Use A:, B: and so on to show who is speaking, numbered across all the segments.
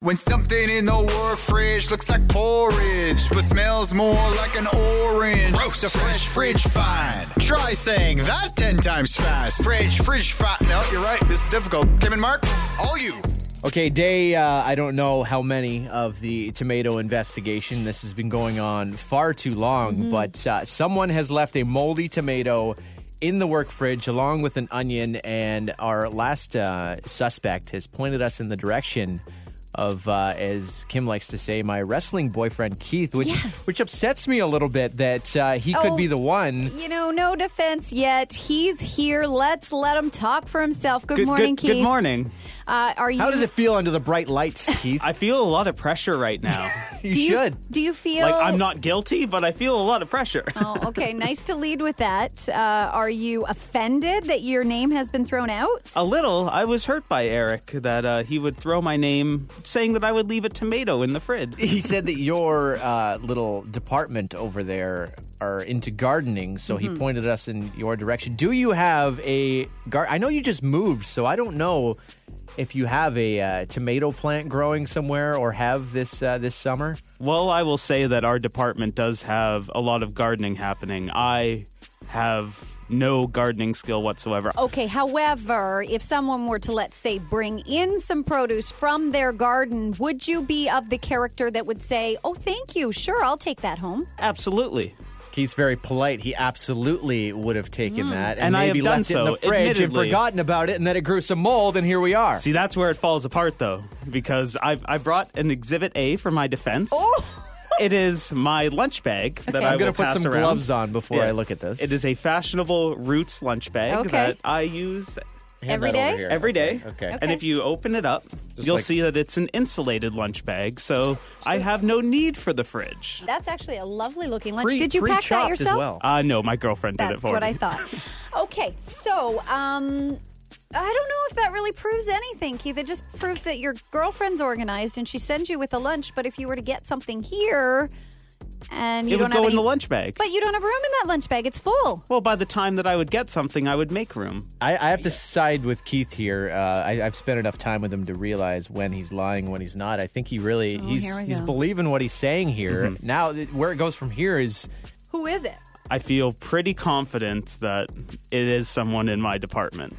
A: When something in the work fridge looks like porridge, but smells more like an orange.
B: Gross.
A: The fresh fridge find. Try saying that ten times fast. Fridge, fridge find. No, you're right. This is difficult. Kim and Mark, all you.
C: Okay, day, uh, I don't know how many of the tomato investigation. This has been going on far too long,
D: Mm-hmm.
C: but uh, someone has left a moldy tomato in the work fridge along with an onion, and our last uh, suspect has pointed us in the direction of, uh, as Kim likes to say, my wrestling boyfriend Keith, which, which upsets me a little bit that uh, he could
D: Oh.
C: be the one.
D: You know, no defense yet. He's here. Let's let him talk for himself. Good,
E: Good,
D: morning,
E: good,
D: Keith.
E: good morning.
D: Uh, are you?
C: How does it feel under the bright lights, Keith?
E: I feel a lot of pressure right now.
C: you
D: do you,
C: should.
D: Do you feel
E: like I'm not guilty, but I feel a lot of pressure.
D: Oh, okay, nice to lead with that. Uh, are you offended that your name has been thrown out?
E: a little, I was hurt by Eric that uh, he would throw my name, saying that I would leave a tomato in the fridge.
C: he said that your uh, little department over there are into gardening, so he pointed us in your direction. Do you have a gar? I know you just moved, so I don't know if you have a uh, tomato plant growing somewhere or have this uh, this summer.
E: Well, I will say that our department does have a lot of gardening happening. I have no gardening skill whatsoever.
D: Okay, however, if someone were to, let's say, bring in some produce from their garden, would you be of the character that would say, Oh, thank you, sure, I'll take that home?
E: Absolutely.
C: Keith's very polite. He absolutely would have taken that and,
E: And I
C: maybe
E: have done
C: left it in the
E: so,
C: fridge and
E: admittedly.
C: forgotten about it, and then it grew some mold, and here we are.
E: See, that's where it falls apart, though, because I, I brought an Exhibit A for my defense.
D: Oh.
E: it is my lunch bag that I
C: I'm
E: going to
C: put some gloves on before I look at this.
E: It is a fashionable Roots lunch bag
D: Okay.
E: that I use
C: Hand
D: every
C: that over
D: day?
C: here.
E: every day.
C: Okay.
E: And if you open it up, you'll
C: like-
E: see that it's an insulated lunch bag, so I have no need for the fridge.
D: That's actually a lovely looking lunch.
C: Pre-
D: Did you pack that
C: pre-chopped
D: yourself?
C: As well.
E: Uh, no, my girlfriend did it
D: That's
E: for
D: what
E: me.
D: I thought. Okay, so um, I don't know if that really proves anything, Keith. It just proves that your girlfriend's organized and she sends you with a lunch. But if you were to get something here, and you
E: it
D: don't
E: would
D: have
E: go in
D: any-
E: the lunch bag.
D: but you don't have room in that lunch bag. It's full.
E: well, by the time that I would get something, I would make room.
C: I, I have to side with Keith here. Uh, I, I've spent enough time with him to realize when he's lying, when he's not. I think he really he's
D: Oh, here we
C: he's
D: go.
C: believing what he's saying here. Now, th- where it goes from here is
D: Who is it?
E: I feel pretty confident that it is someone in my department.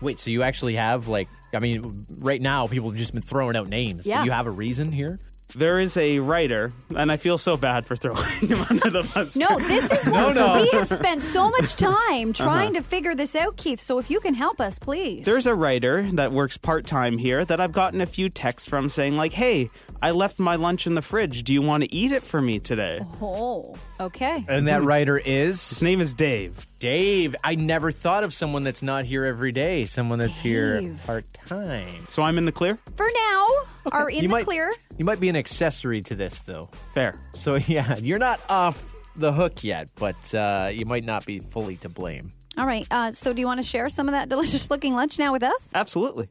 C: wait. So you actually have like I mean, right now people have just been throwing out names. but
D: Yeah.
C: you have a reason here.
E: There is a writer, and I feel so bad for throwing him under the bus.
D: No, this is what
C: no.
D: we have spent so much time
E: Uh-huh.
D: trying to figure this out, Keith. So if you can help us, please.
E: There's a writer that works part time here that I've gotten a few texts from saying, like, hey, I left my lunch in the fridge. Do you want to eat it for me today?
D: Oh, okay.
C: And that writer is
E: His name is Dave.
C: Dave. I never thought of someone that's not here every day. Someone that's here
D: Dave.
C: part time.
E: So I'm in the clear?
D: For now, are in
C: you
D: the
C: might,
D: clear.
C: You might be an accessory to this though.
E: Fair.
C: So yeah, you're not off the hook yet, but uh, you might not be fully to blame.
D: All right. Uh, so do you want to share some of that delicious looking lunch now with us?
E: Absolutely.